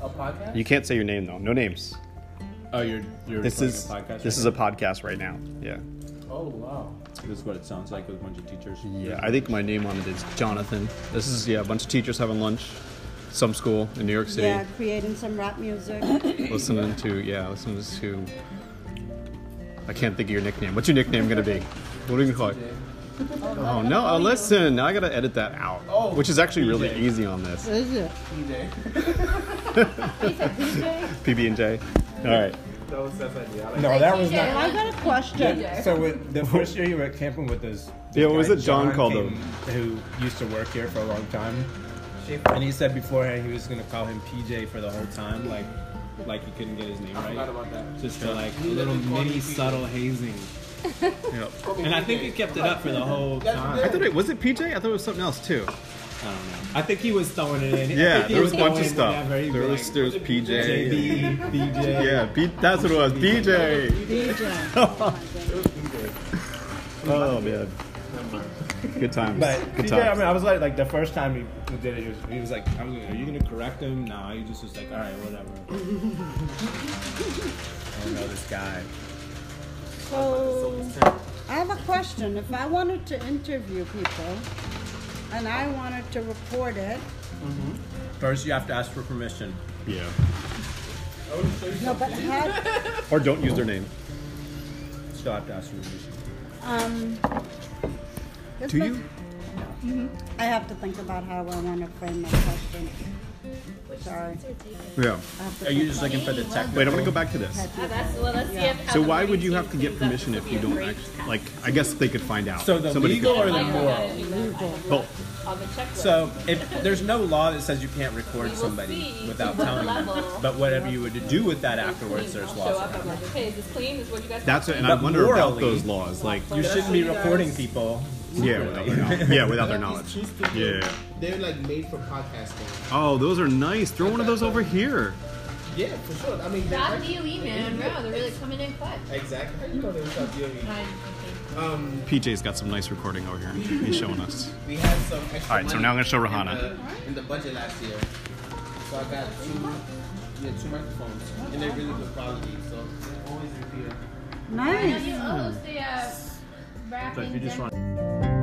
podcast? You can't say your name though. No names. Oh, you're you're This recording is a podcast. this is a podcast right now. Yeah. oh wow. This is what it sounds like with a bunch of teachers. Yeah, I think my name on it is Jonathan. This is yeah, a bunch of teachers having lunch, some school in New York City, Yeah, creating some rap music. listening to yeah, listening to. I can't think of your nickname. What's your nickname gonna be? What are you gonna call it? Oh no! Uh, listen, now I gotta edit that out, Oh, which is actually really PJ. easy on this Is it? PJ. PB and J. All right. That was Seth's idea. I like No, that was Well, not. I got a question. So with the first year you were camping with us. this Yeah, what guy, was it John called came- Who used to work here for a long time, Schaefer. and he said beforehand he was gonna call him PJ for the whole time, like, like he couldn't get his name I forgot right. about that. Just for like a You little literally called me mini PJ. subtle hazing, Yep. and I think he kept it up for the whole That's time. I thought it was it PJ. I thought it was something else too. I don't know. I think he was throwing it in. I Yeah, think he there was a bunch of throwing stuff. whatever. He'd There be was like, there was PJ. JB, BJ. Yeah, B, that's what it was. BJ. DJ. Oh man. Good times. But Good PJ, I mean, I was like, like the first time he did it, he was, he was like, I was like, "Are you gonna correct him?" No, he just was like, "All right, whatever." I don't know this guy. So, I have a question. If I wanted to interview people and I wanted to record it, First, you have to ask for permission. yeah. no, but how, Or don't use their name. Still have to ask for permission. um, this Do makes- you? I have to think about how I want to frame my question. Sorry. Yeah. I have to Are you think just about looking for the tech? Wait, I want to go back to this. Uh, that's, well, let's see if So why would you have to get permission if you don't actually like? I guess they could find out. So the legal could- or the moral? moral? both. On the checklist. So if there's no law that says you can't We record will somebody see without what telling them, level- but whatever you would do with that afterwards, I'll there's show laws. up. I'm like, okay, is this clean? Is what you guys That's it. And I But wonder about morally, those laws. Like, You shouldn't be recording people. yeah, without their knowledge. Yeah, without their knowledge. Yeah. They're like made for podcasting. Oh, those are nice. Throw one of those over here. Yeah, for sure. I mean, they're That actually- DOE man, wow, they're really coming in clutch. Exactly. You know they were shot DOE. I- Um, PJ's got some nice recording over here. He's showing us. we had some extra. All right, so money now I'm gonna show in Rihanna. the- In the budget last year, so I got two, yeah, two microphones, and they're really good quality. So always repeat. Nice. Oh, so yeah, wrap So if you in just Denver. want.